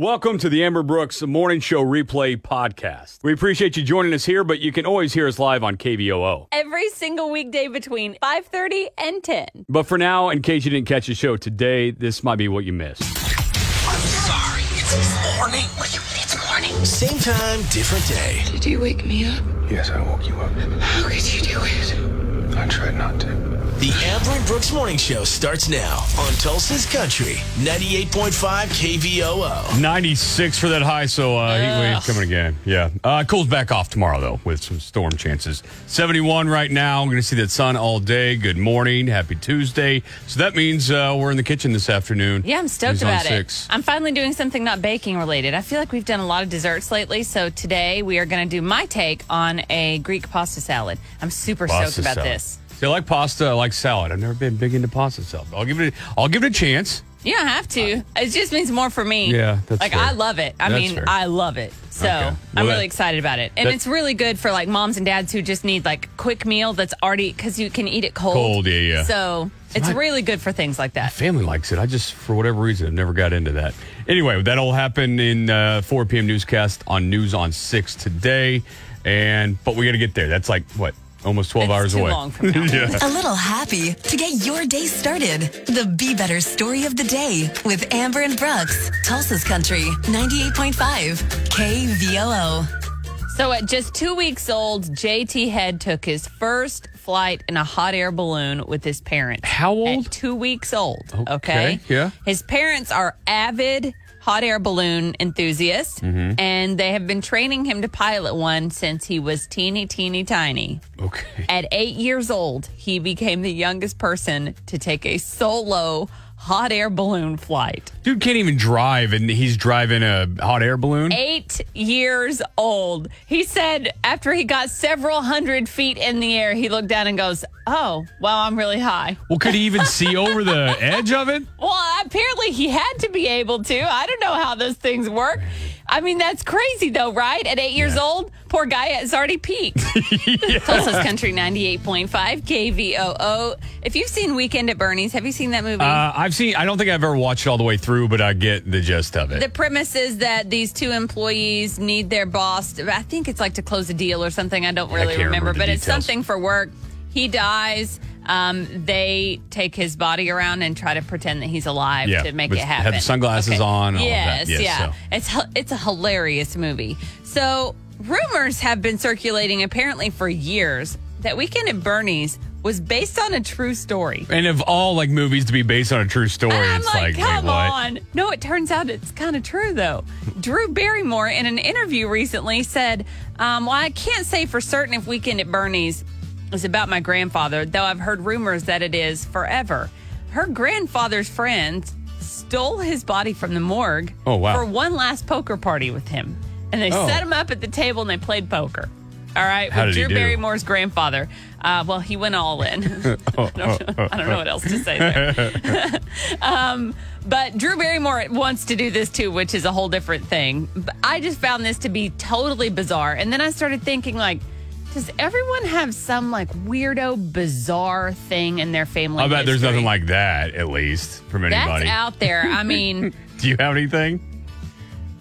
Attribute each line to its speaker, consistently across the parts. Speaker 1: Welcome to the Amber Brooks Morning Show Replay Podcast. We appreciate you joining us here, but you can always hear us live on KVOO.
Speaker 2: every single weekday between 5.30 and 10
Speaker 1: But for now, in case you didn't catch the show today, this might be what you missed.
Speaker 3: I'm sorry. It's morning.
Speaker 4: What do you mean it's morning?
Speaker 3: Same time, different day.
Speaker 4: Did you wake me up?
Speaker 5: Yes, I woke you up.
Speaker 4: How could you do it?
Speaker 5: I tried not to.
Speaker 3: The Amber and Brooks Morning Show starts now on Tulsa's Country, 98.5 KVOO.
Speaker 1: 96 for that high, so uh, heat wave coming again. Yeah. Uh, cools back off tomorrow, though, with some storm chances. 71 right now. I'm going to see that sun all day. Good morning. Happy Tuesday. So that means uh, we're in the kitchen this afternoon.
Speaker 2: yeah i'm stoked
Speaker 1: It's on
Speaker 2: about
Speaker 1: six.
Speaker 2: it i'm finally doing something not baking related i feel like we've done a lot of desserts lately so today we are going to do my take on a greek pasta salad i'm super
Speaker 1: Pasta
Speaker 2: stoked about
Speaker 1: salad.
Speaker 2: this
Speaker 1: See, I like pasta. I like salad. I've never been big into pasta salad. I'll give it. A, I'll give it a chance.
Speaker 2: you don't have to it just means more for me
Speaker 1: Uh, Yeah, that's
Speaker 2: like
Speaker 1: fair.
Speaker 2: i love it i
Speaker 1: That's
Speaker 2: mean
Speaker 1: fair.
Speaker 2: i love it so
Speaker 1: Okay. Well,
Speaker 2: i'm
Speaker 1: that-
Speaker 2: really excited about it and
Speaker 1: that-
Speaker 2: it's really good for like moms and dads who just need like quick meal that's already because you can eat it cold
Speaker 1: Cold, yeah, yeah.
Speaker 2: so it's
Speaker 1: not-
Speaker 2: really good for things like that
Speaker 1: Family likes it. I just, for whatever reason, have never got into that. Anyway, that'll happen in uh, 4 p.m. newscast on News on Six today. And but we got to get there. That's like what almost 12
Speaker 2: It's
Speaker 1: hours
Speaker 2: too
Speaker 1: away.
Speaker 2: long from now.
Speaker 1: yeah.
Speaker 6: A little happy to get your day started. The Be Better story of the day with Amber and Brooks, Tulsa's Country, 98.5 KVOO.
Speaker 2: So, at just two weeks old, JT Head took his first flight in a hot air balloon with his parents.
Speaker 1: How old?
Speaker 2: At two weeks old. Okay.
Speaker 1: Okay, yeah.
Speaker 2: His parents are avid hot air balloon enthusiasts,
Speaker 1: Mm-hmm.
Speaker 2: and they have been training him to pilot one since he was teeny, teeny, tiny.
Speaker 1: Okay.
Speaker 2: At eight years old, he became the youngest person to take a solo hot air balloon flight.
Speaker 1: Dude can't even drive, and he's driving a hot air balloon.
Speaker 2: eight years old. He said after he got several hundred feet in the air, he looked down and goes, Oh, wow, I'm really high.
Speaker 1: Well, could he even see over the edge of it?
Speaker 2: Well, apparently he had to be able to. I don't know how those things work. I mean, that's crazy though, right? At eight years
Speaker 1: Yeah.
Speaker 2: old, poor guy has already peaked. Tulsa's Country 98.5 KVOO. If you've seen Weekend at Bernie's, have you seen that movie?
Speaker 1: Uh, I've seen. I don't think I've ever watched it all the way through, but I get the gist of it.
Speaker 2: the premise is that these two employees need their boss. To, I think it's like to close a deal or something. I don't really
Speaker 1: can't remember
Speaker 2: remember,
Speaker 1: the
Speaker 2: but it's
Speaker 1: details.
Speaker 2: something for work. He dies. Um, they take his body around and try to pretend that he's alive
Speaker 1: Yeah,
Speaker 2: to make
Speaker 1: with-
Speaker 2: it
Speaker 1: have
Speaker 2: happen.
Speaker 1: the sunglasses on and all of
Speaker 2: yes,
Speaker 1: that. Yes,
Speaker 2: yeah.
Speaker 1: so.
Speaker 2: It's hi- it's a hilarious movie. So rumors have been circulating apparently for years that Weekend at Bernie's was based on a true story.
Speaker 1: and of all like movies to be based on a true story,
Speaker 2: And I'm
Speaker 1: it's
Speaker 2: like,
Speaker 1: like, wait,
Speaker 2: come
Speaker 1: what?
Speaker 2: on. No, it turns out it's kind of true, though. Drew Barrymore, in an interview recently, said, um, Well, I can't say for certain if Weekend at Bernie's is about my grandfather, though I've heard rumors that it is forever. Her grandfather's friends stole his body from the morgue
Speaker 1: Oh, wow.
Speaker 2: for one last poker party with him. And they
Speaker 1: Oh.
Speaker 2: set him up at the table and they played poker. All right,
Speaker 1: How
Speaker 2: with
Speaker 1: did he
Speaker 2: Drew
Speaker 1: do?
Speaker 2: Barrymore's grandfather. Uh, well, he went all in. I, don't know, I don't know what else to say there. But Drew Barrymore wants to do this too, which is a whole different thing. But I just found this to be totally bizarre. And then I started thinking, like, does everyone have some like weirdo, bizarre thing in their family?
Speaker 1: I bet there's
Speaker 2: history?
Speaker 1: nothing like that, at least from
Speaker 2: that's
Speaker 1: anybody.
Speaker 2: out there. I mean,
Speaker 1: Do you have anything?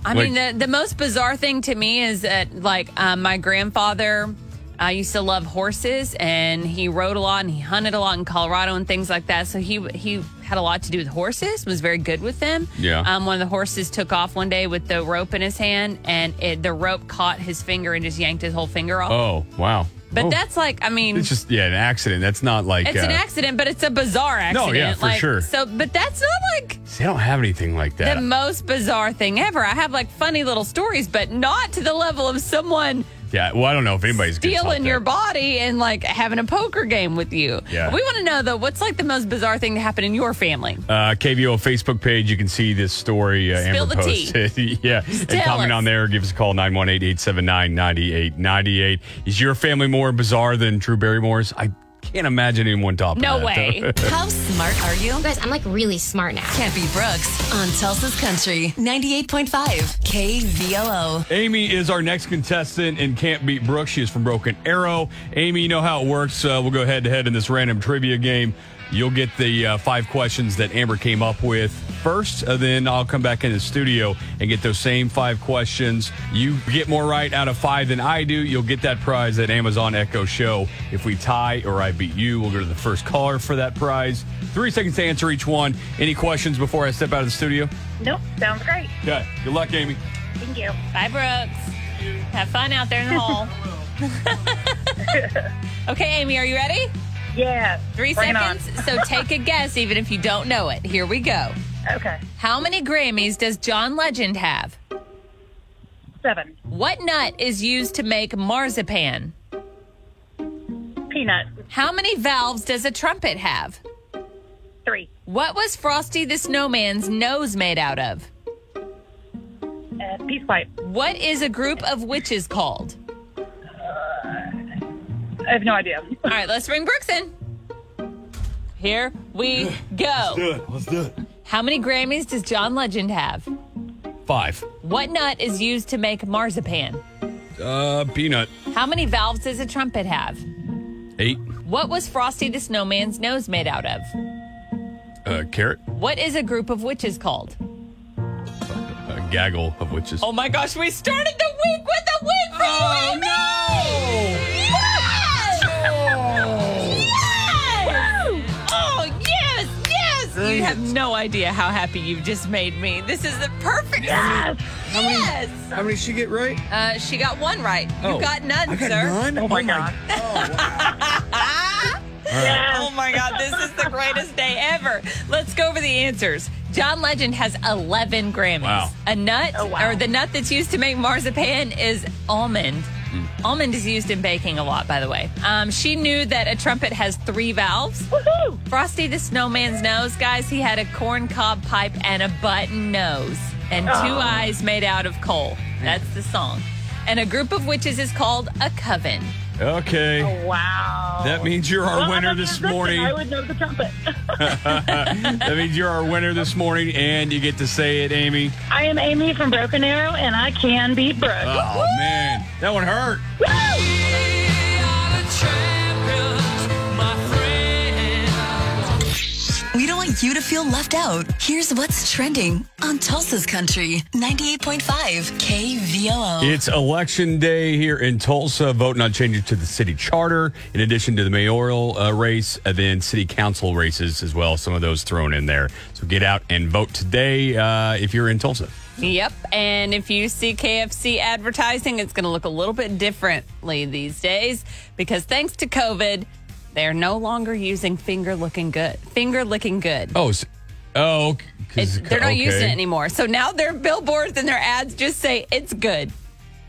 Speaker 2: I
Speaker 1: Like-
Speaker 2: mean, the the most bizarre thing to me is that like um, my grandfather. I used to love horses, and he rode a lot, and he hunted a lot in Colorado and things like that. So he he had a lot to do with horses. Was very good with them.
Speaker 1: Yeah.
Speaker 2: Um, one of the horses took off one day with the rope in his hand, and it, the rope caught his finger and just yanked his whole finger off.
Speaker 1: Oh, wow.
Speaker 2: but
Speaker 1: Oh.
Speaker 2: that's like, I mean,
Speaker 1: it's just yeah, an accident. That's not like
Speaker 2: it's an
Speaker 1: uh,
Speaker 2: accident, but it's a bizarre accident.
Speaker 1: yeah, for
Speaker 2: like,
Speaker 1: sure.
Speaker 2: So, but that's not like
Speaker 1: See, I don't have anything like that.
Speaker 2: the most bizarre thing ever. I have like funny little stories, but not to the level of someone
Speaker 1: yeah, well, I don't know if anybody's gonna top
Speaker 2: stealing your
Speaker 1: that.
Speaker 2: body and like having a poker game with you.
Speaker 1: Yeah.
Speaker 2: We want to know though, what's like the most bizarre thing to happen in your family?
Speaker 1: Uh, KVO Facebook page, you can see this story. Uh,
Speaker 2: Spill
Speaker 1: Amber
Speaker 2: the tea.
Speaker 1: posted. yeah, and
Speaker 2: tell
Speaker 1: comment
Speaker 2: us.
Speaker 1: on there. Give us a call 918-879-9898. Is your family more bizarre than Drew Barrymore's? I can't imagine anyone topping
Speaker 2: No
Speaker 1: that.
Speaker 2: way.
Speaker 6: How smart are you?
Speaker 7: Guys, I'm like really smart now.
Speaker 6: Campy Brooks on Tulsa's Country, 98.5 KVOO.
Speaker 1: Amy is our next contestant in Can't Beat Brooke. She is from Broken Arrow. Amy, you know how it works. Uh, we'll go head to head in this random trivia game. You'll get the uh, five questions that Amber came up with first. Uh, then I'll come back in the studio and get those same five questions. You get more right out of five than I do. You'll get that prize at Amazon Echo Show. If we tie or I beat you, we'll go to the first caller for that prize. Three seconds to answer each one. Any questions before I step out of the studio?
Speaker 7: Nope, sounds great.
Speaker 1: Okay. Good luck, Amy.
Speaker 7: Thank you.
Speaker 2: Bye, Brooks. Have fun out there in the hall. okay, Amy, are you ready?
Speaker 7: Yeah.
Speaker 2: Three
Speaker 7: bring it on.
Speaker 2: seconds. So take a guess, even if you don't know it. Here we go.
Speaker 7: Okay.
Speaker 2: How many Grammys does John Legend have?
Speaker 7: Seven.
Speaker 2: What nut is used to make marzipan?
Speaker 7: Peanut.
Speaker 2: How many valves does a trumpet have?
Speaker 7: Three.
Speaker 2: What was Frosty the Snowman's nose made out of?
Speaker 7: Uh, peace pipe.
Speaker 2: What is a group of witches called?
Speaker 7: I have no idea.
Speaker 2: All right, let's bring Brooks in. Here we go.
Speaker 1: Good. Let's do it.
Speaker 2: How many Grammys does John Legend have?
Speaker 1: Five.
Speaker 2: What nut is used to make marzipan?
Speaker 1: Uh, peanut.
Speaker 2: How many valves does a trumpet have?
Speaker 1: Eight.
Speaker 2: What was Frosty the Snowman's nose made out of?
Speaker 1: Uh, carrot.
Speaker 2: What is a group of witches called?
Speaker 1: A gaggle of witches.
Speaker 2: Oh my gosh, we started the week with a win for you,
Speaker 8: Oh,
Speaker 2: Amy! Yes! Yes! Oh, yes, yes! You have no idea how happy you've just made me. This is the perfect. Yes! yes!
Speaker 8: How many did she get right?
Speaker 2: Uh, she got one right.
Speaker 8: Oh.
Speaker 2: You got none,
Speaker 8: I got
Speaker 2: sir.
Speaker 8: none?
Speaker 7: Oh my God.
Speaker 2: Ah! Oh my God, this is the greatest day ever. Let's go over the answers. John Legend has 11 Grammys.
Speaker 1: Wow.
Speaker 2: A nut,
Speaker 7: Oh, wow.
Speaker 2: or the nut that's used to make marzipan is almond. Almond is used in baking a lot, by the way. Um, she knew that a trumpet has three valves.
Speaker 7: Woohoo!
Speaker 2: Frosty the Snowman's nose, guys, he had a corn cob pipe and a button nose and two
Speaker 7: Oh.
Speaker 2: eyes made out of coal. That's the song. And a group of witches is called a coven.
Speaker 1: Okay.
Speaker 7: Wow.
Speaker 1: That means you're our
Speaker 7: Well, I'm
Speaker 1: winner
Speaker 7: a
Speaker 1: this
Speaker 7: musician.
Speaker 1: morning.
Speaker 7: I would know the trumpet.
Speaker 1: That means you're our winner this morning, and you get to say it, Amy.
Speaker 7: I am Amy from Broken Arrow, and I can beat Brooke.
Speaker 9: Uh,
Speaker 1: Oh man, that one hurt.
Speaker 6: We don't want you to feel left out. Here's what's trending on Tulsa's Country 98.5 KVOO.
Speaker 1: It's election day here in Tulsa. Voting on changes to the city charter, in addition to the mayoral uh, race, and then city council races as well. Some of those thrown in there. So get out and vote today uh, if you're in Tulsa.
Speaker 2: Yep. And if you see KFC advertising, it's going to look a little bit differently these days because thanks to COVID, they're no longer using finger looking good. Finger licking good.
Speaker 1: Oh, s oh, okay, 'cause-
Speaker 2: It- they're not
Speaker 1: okay.
Speaker 2: using it anymore. So now their billboards and their ads just say it's good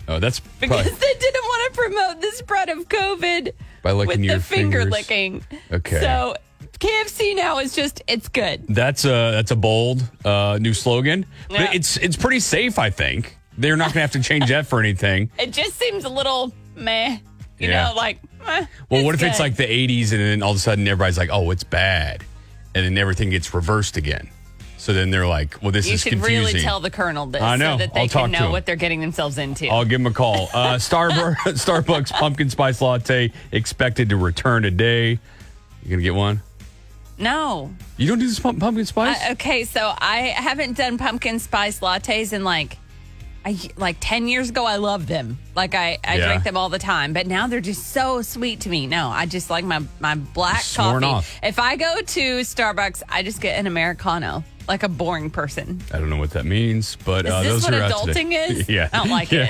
Speaker 1: Oh, that's
Speaker 2: because
Speaker 1: probably-
Speaker 2: they didn't want to promote the spread of COVID
Speaker 1: By licking
Speaker 2: with
Speaker 1: your
Speaker 2: the finger
Speaker 1: fingers.
Speaker 2: licking.
Speaker 1: Okay.
Speaker 2: So KFC now is just it's good.
Speaker 1: That's a that's a bold uh, new slogan. But
Speaker 2: Yeah.
Speaker 1: It's it's pretty safe, I think. They're not going to have to change that for anything.
Speaker 2: It just seems a little meh. You
Speaker 1: Yeah.
Speaker 2: know, like eh,
Speaker 1: Well, what if it's
Speaker 2: good.
Speaker 1: like the 80s and then all of a sudden everybody's like, oh, it's bad. And then everything gets reversed again. So then they're like, well, this
Speaker 2: you
Speaker 1: is
Speaker 2: should
Speaker 1: confusing.
Speaker 2: really tell the colonel this
Speaker 1: I know.
Speaker 2: so that they
Speaker 1: I'll talk
Speaker 2: can
Speaker 1: to
Speaker 2: know
Speaker 1: him.
Speaker 2: what they're getting themselves into.
Speaker 1: I'll give him a call. Uh, Starbucks, Starbucks pumpkin spice latte expected to return today. You going to get one?
Speaker 2: no.
Speaker 1: You don't do this pump- pumpkin spice?
Speaker 2: I- okay, so I haven't done pumpkin spice lattes in like I like 10 years ago I loved them. Like I I
Speaker 1: Yeah.
Speaker 2: drink them all the time, but now they're just so sweet to me. No, I just like my my black
Speaker 1: Sworn
Speaker 2: coffee.
Speaker 1: off.
Speaker 2: If I go to Starbucks, I just get an americano. Like a boring person.
Speaker 1: I don't know what that means, but
Speaker 2: Is
Speaker 1: uh,
Speaker 2: this
Speaker 1: those
Speaker 2: what
Speaker 1: are out today.
Speaker 2: adulting is?
Speaker 1: yeah.
Speaker 2: I don't like it.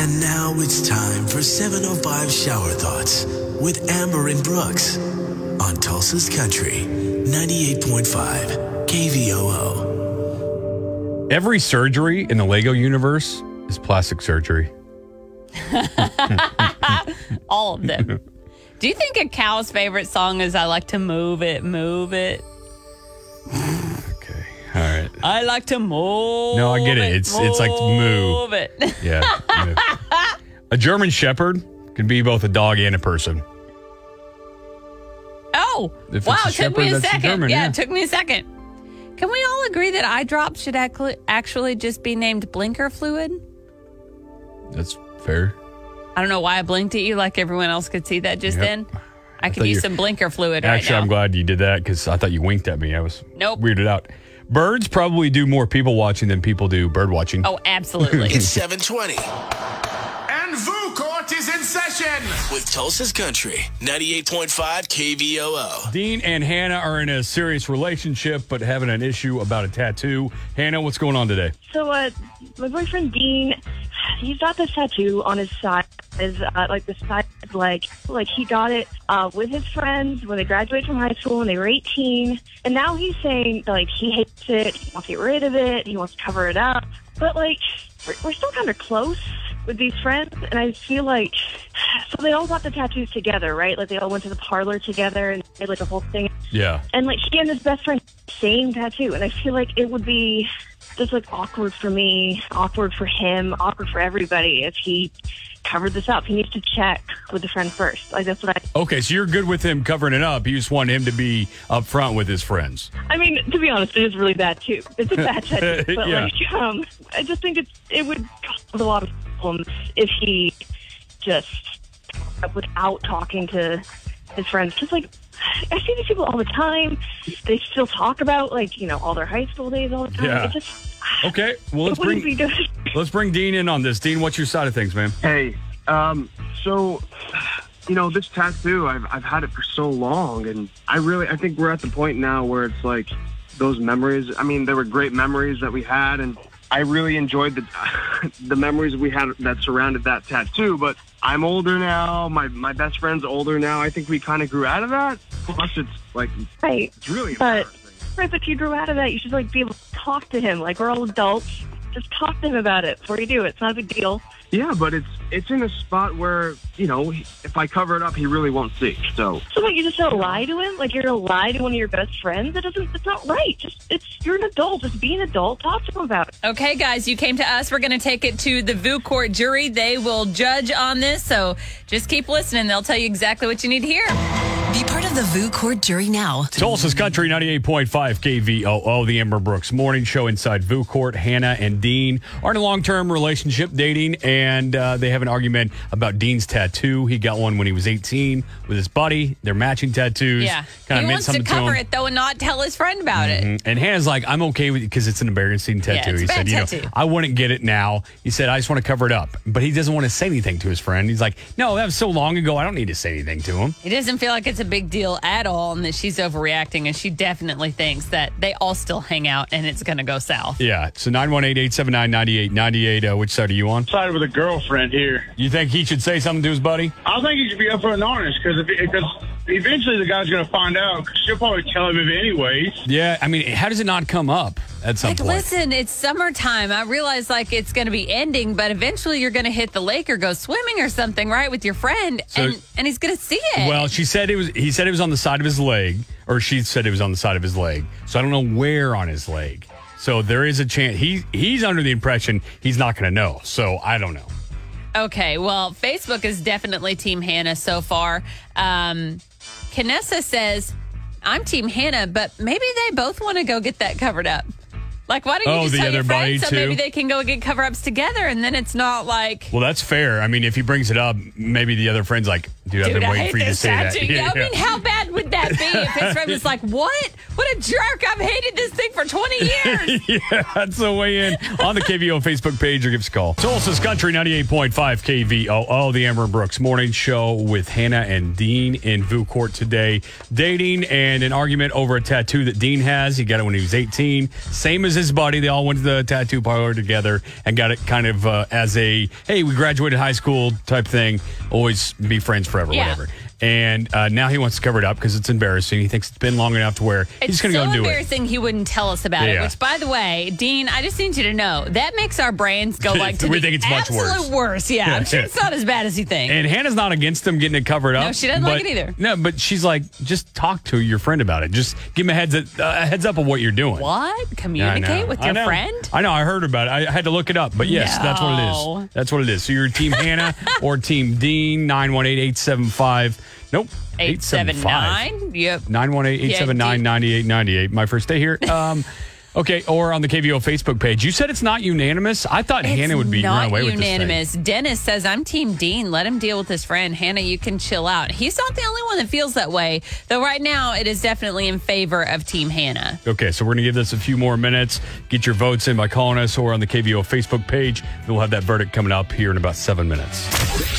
Speaker 3: And now it's time for 705 Shower Thoughts with Amber and Brooks on Tulsa's Country 98.5 KVOO.
Speaker 1: Every surgery in the Lego universe is plastic surgery.
Speaker 2: All of them. Do you think a cow's favorite song is I like to move it, move it?
Speaker 1: Okay. All right.
Speaker 2: I like to move.
Speaker 1: No, I get it. It's- it's like moo.
Speaker 2: Move it.
Speaker 1: Yeah. Yeah. a German Shepherd can be both a dog and a person.
Speaker 2: Oh,
Speaker 1: If
Speaker 2: wow.
Speaker 1: it's a
Speaker 2: It took me
Speaker 1: shepherd,
Speaker 2: a
Speaker 1: that's a
Speaker 2: second.
Speaker 1: German,
Speaker 2: yeah,
Speaker 1: yeah.
Speaker 2: it took me a second. Can we all agree that eye drop should actu- actually just be named blinker fluid?
Speaker 1: That's fair.
Speaker 2: I don't know why I blinked at you like everyone else could see that just
Speaker 1: Yep.
Speaker 2: then. I could
Speaker 1: thought
Speaker 2: use
Speaker 1: you-
Speaker 2: some blinker fluid
Speaker 1: Actually,
Speaker 2: right
Speaker 1: I'm
Speaker 2: now.
Speaker 1: glad you did that because I thought you winked at me. I was
Speaker 2: Nope.
Speaker 1: weirded out. Birds probably do more people watching than people do bird watching.
Speaker 2: oh, absolutely.
Speaker 3: It's 720
Speaker 8: And VU Court is in session.
Speaker 3: with Tulsa's Country, 98.5 KVOO.
Speaker 1: Dean and Hannah are in a serious relationship, but having an issue about a tattoo. Hannah, what's going on today?
Speaker 10: So, uh, my boyfriend Dean, he's got this tattoo on his side, his, uh, like the side of his leg. Like he got it uh, with his friends when they graduated from high school when they were 18, and now he's saying like he hates it, he wants to get rid of it, he wants to cover it up. But like we're, we're still kind of close with these friends, and I feel like so they all got the tattoos together, right? Like they all went to the parlor together and did like a whole thing
Speaker 1: Yeah.
Speaker 10: and like he and his best friend same tattoo and i feel like it would be just like awkward for me awkward for him awkward for everybody if he covered this up he needs to check with the friend first like that's what i
Speaker 1: Okay, so you're good with him covering it up. You just want him to be upfront with his friends.
Speaker 10: i mean to be honest it is really bad too it's a bad tattoo but
Speaker 1: Yeah.
Speaker 10: like um i just think it's it would cause a lot of problems if he just without talking to his friends just like I see these people all the time. They still talk about like you know all their high school days all the time.
Speaker 1: Yeah.
Speaker 10: It just
Speaker 1: Okay, well let's
Speaker 10: What is he
Speaker 1: bring
Speaker 10: doing?
Speaker 1: let's bring Dean in on this. Dean, what's your side of things, man?
Speaker 8: Hey, um, so you know this tattoo, I've I've had it for so long, and I really I think we're at the point now where it's like those memories. I mean, there were great memories that we had, and I really enjoyed the the memories we had that surrounded that tattoo. But I'm older now. My my best friend's older now. I think we kind of grew out of that. Plus, it's like
Speaker 10: Right.
Speaker 8: it's really
Speaker 10: But-
Speaker 8: embarrassing.
Speaker 10: Right, but if you grew out of that, you should like be able to talk to him. Like we're all adults. Just talk to him about it before you do it. It's not a big deal.
Speaker 8: Yeah, but it's it's in a spot where you know if I cover it up, he really won't see. So
Speaker 10: So what, you just gonna lie to him? Like you're gonna lie to one of your best friends? It doesn't it's not right. Just it's you're an adult. Just be an adult. Talk to him about it.
Speaker 2: Okay, guys, you came to us. We're going to take it to the VU court jury. They will judge on this. So just keep listening. They'll tell you exactly what you need to hear.
Speaker 6: Be part of the VU Court jury now.
Speaker 1: Tulsa's Country 98.5 KVOO, the Amber Brooks Morning Show inside VU Court. Hannah and Dean are in a long term relationship dating, and uh, they have an argument about Dean's tattoo. He got one when he was 18 with his buddy. They're matching tattoos.
Speaker 2: Yeah.
Speaker 1: Kind
Speaker 2: he
Speaker 1: of meant
Speaker 2: wants to
Speaker 1: something to,
Speaker 2: cover
Speaker 1: him. Mm-hmm.
Speaker 2: it, though, and not tell his friend about it.
Speaker 1: And Hannah's like, I'm okay with it because it's an embarrassing tattoo.
Speaker 2: it's a
Speaker 1: he
Speaker 2: bad
Speaker 1: said, you know,
Speaker 2: tattoo.
Speaker 1: I wouldn't get it now. He said, I just want to cover it up. But he doesn't want to say anything to his friend. He's like, no, that was so long ago. I don't need to say anything to him.
Speaker 2: It doesn't feel like it's a big deal at all and that she's overreacting. And she definitely thinks that they all still hang out and it's going to go south.
Speaker 1: Yeah. So 918 879 9898. uh, Which side are you on?
Speaker 9: side with a girlfriend here.
Speaker 1: You think he should say something to his buddy?
Speaker 9: I think he should be upfront and honest because because eventually the guy's going to find out. she she'll probably tell him anyways.
Speaker 1: Yeah, I mean, how does it not come up at some
Speaker 2: Like,
Speaker 1: point?
Speaker 2: listen, it's summertime. I realize like it's going to be ending, but eventually you're going to hit the lake or go swimming or something, right, with your friend,
Speaker 1: So-
Speaker 2: and and he's going to see it.
Speaker 1: Well, she said it was. He said it was on the side of his leg, or she said it was on the side of his leg. So I don't know where on his leg. So there is a chance he he's under the impression he's not going to know. So I don't know.
Speaker 2: Okay, well, Facebook is definitely Team Hannah so far. Um, Knessa says, I'm Team Hannah, but maybe they both want to go get that covered up. Like, why don't you
Speaker 1: Oh,
Speaker 2: just
Speaker 1: the
Speaker 2: tell your
Speaker 1: other body
Speaker 2: friends so
Speaker 1: too?
Speaker 2: maybe they can go get cover ups together and then it's not like.
Speaker 1: Well, that's fair. I mean, if he brings it up, maybe the other friend's like, "Dude, I've
Speaker 2: Dude,
Speaker 1: been
Speaker 2: I
Speaker 1: waiting
Speaker 2: hate
Speaker 1: for you to
Speaker 2: this
Speaker 1: say
Speaker 2: tattoo.
Speaker 1: that."
Speaker 2: I mean, how bad would that be if his friend was like, "What? What a jerk! I've hated this thing for 20 years."
Speaker 1: yeah, that's the way in on the KVO Facebook page or give us a call. Tulsa's Country 98.5 KVOO, the Amber and Brooks Morning Show with Hannah and Dean in VU Court today. Dating and an argument over a tattoo that Dean has. He got it when he was 18. Same as his buddy. They all went to the tattoo parlor together and got it kind of uh, as a, hey, we graduated high school type thing. Always be friends forever,
Speaker 2: Yeah.
Speaker 1: whatever. And uh, now he wants to cover it up because it's embarrassing. He thinks it's been long enough to where
Speaker 2: It's
Speaker 1: he's going to go
Speaker 2: so
Speaker 1: and do it.
Speaker 2: embarrassing he wouldn't tell us about
Speaker 1: Yeah.
Speaker 2: it. Which, by the way, Dean, I just need you to know that makes our brains go like to
Speaker 1: We
Speaker 2: the
Speaker 1: think it's much worse.
Speaker 2: absolute worse. Yeah, I'm sure
Speaker 1: Yeah.
Speaker 2: it's not as bad as you think.
Speaker 1: And Hannah's not against them getting it covered up.
Speaker 2: she doesn't like
Speaker 1: but-
Speaker 2: it either.
Speaker 1: No, but she's like, just talk to your friend about it. Just give him a heads up, a heads up of what you're doing.
Speaker 2: what?
Speaker 1: Yeah, I
Speaker 2: Communicate
Speaker 1: know.
Speaker 2: with
Speaker 1: I
Speaker 2: your
Speaker 1: know.
Speaker 2: friend?
Speaker 1: I know. I heard about it. I had to look it up. But yes, that's what it
Speaker 2: No.
Speaker 1: is. That's what it is. So you're Team Hannah or Team Dean, 918 875. Nope.
Speaker 2: 879. Yep.
Speaker 1: 918 879 9898. My first day here. Um, Okay, or on the KVO Facebook page. You said it's not unanimous. I thought Hannah would be
Speaker 2: not
Speaker 1: run away with this thing.
Speaker 2: unanimous. Dennis says, "I'm Team Dean. Let him deal with his friend Hannah. You can chill out." He's not the only one that feels that way, though. Right now, it is definitely in favor of Team Hannah.
Speaker 1: Okay, so we're going to give this a few more minutes. Get your votes in by calling us or on the KVO Facebook page. And we'll have that verdict coming up here in about seven minutes.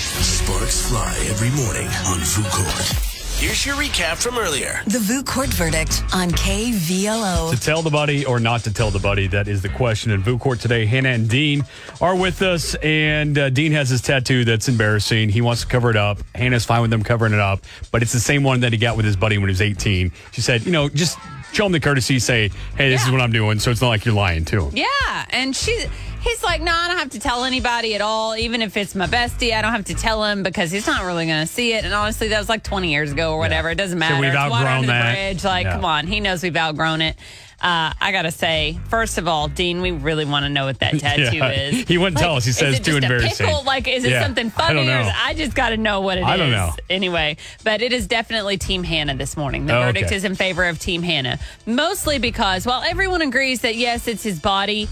Speaker 3: Sparks fly every morning on VuCourt. Here's your recap from earlier.
Speaker 6: The VU court verdict on KVOO.
Speaker 1: To tell the buddy or not to tell the buddy, that is the question in VU Court today. Hannah and Dean are with us, and uh, Dean has his tattoo that's embarrassing. He wants to cover it up. Hannah's fine with them covering it up, but it's the same one that he got with his buddy when he was 18. She said, you know, just show him the courtesy, say, hey, this is
Speaker 2: Yeah.
Speaker 1: what I'm doing, so it's not like you're lying to him.
Speaker 2: Yeah, and she, he's like, "No, I don't have to tell anybody at all. Even if it's my bestie, I don't have to tell him because he's not really going to see it." And honestly, that was like 20 years ago or whatever. It doesn't matter.
Speaker 1: we've
Speaker 2: It's water
Speaker 1: outgrown
Speaker 2: under the
Speaker 1: that.
Speaker 2: bridge. Like,
Speaker 1: Yeah.
Speaker 2: come on, he knows we've outgrown it. Uh, I gotta say, first of all, Dean, we really want to know what that tattoo
Speaker 1: Yeah.
Speaker 2: is.
Speaker 1: He wouldn't tell us. He
Speaker 2: is
Speaker 1: says
Speaker 2: it
Speaker 1: too
Speaker 2: just
Speaker 1: embarrassing.
Speaker 2: A pickle? Like, is it
Speaker 1: Yeah.
Speaker 2: something
Speaker 1: I
Speaker 2: funny?
Speaker 1: don't
Speaker 2: or is-
Speaker 1: know.
Speaker 2: I just got to know what it is.
Speaker 1: I don't know.
Speaker 2: Anyway, but it is definitely Team Hannah this morning. The
Speaker 1: Oh,
Speaker 2: verdict
Speaker 1: okay.
Speaker 2: is in favor of Team Hannah, mostly because while everyone agrees that yes, it's his body.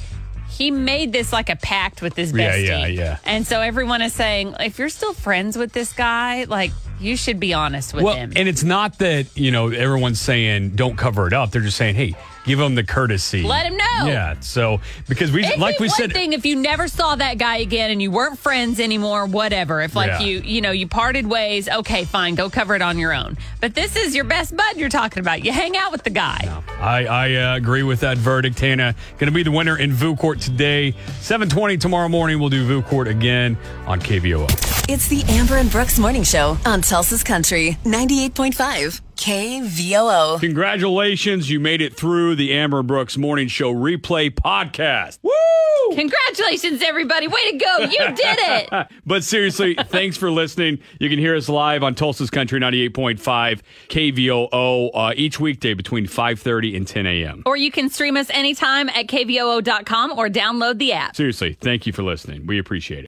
Speaker 2: He made this like a pact with his
Speaker 1: Yeah,
Speaker 2: bestie.
Speaker 1: yeah, yeah.
Speaker 2: And so everyone is saying, if you're still friends with this guy, like you should be honest with
Speaker 1: well,
Speaker 2: him.
Speaker 1: and it's not that, you know, everyone's saying don't cover it up. They're just saying, hey, give him the courtesy.
Speaker 2: Let him know.
Speaker 1: Yeah, so because we,
Speaker 2: It'd
Speaker 1: like
Speaker 2: be
Speaker 1: we
Speaker 2: one
Speaker 1: said,
Speaker 2: thing if you never saw that guy again and you weren't friends anymore, whatever. If like
Speaker 1: Yeah.
Speaker 2: you, you know, you parted ways, okay, fine, go cover it on your own. But this is your best bud you're talking about. You hang out with the guy.
Speaker 1: I, I uh, agree with that verdict. Hannah going to be the winner in VU Court today. 720 tomorrow morning. We'll do VU Court again on KVOO.
Speaker 6: It's the Amber and Brooks Morning Show on Tulsa's Country 98.5 KVOO.
Speaker 1: Congratulations. You made it through the Amber Brooks Morning Show replay podcast. Woo!
Speaker 2: Congratulations, everybody. Way to go. You did it.
Speaker 1: But seriously, thanks for listening. You can hear us live on Tulsa's Country 98.5 KVOO uh, each weekday between 5.30 and 10 a.m.
Speaker 2: Or you can stream us anytime at kvoo.com or download the app.
Speaker 1: Seriously, thank you for listening. We appreciate it.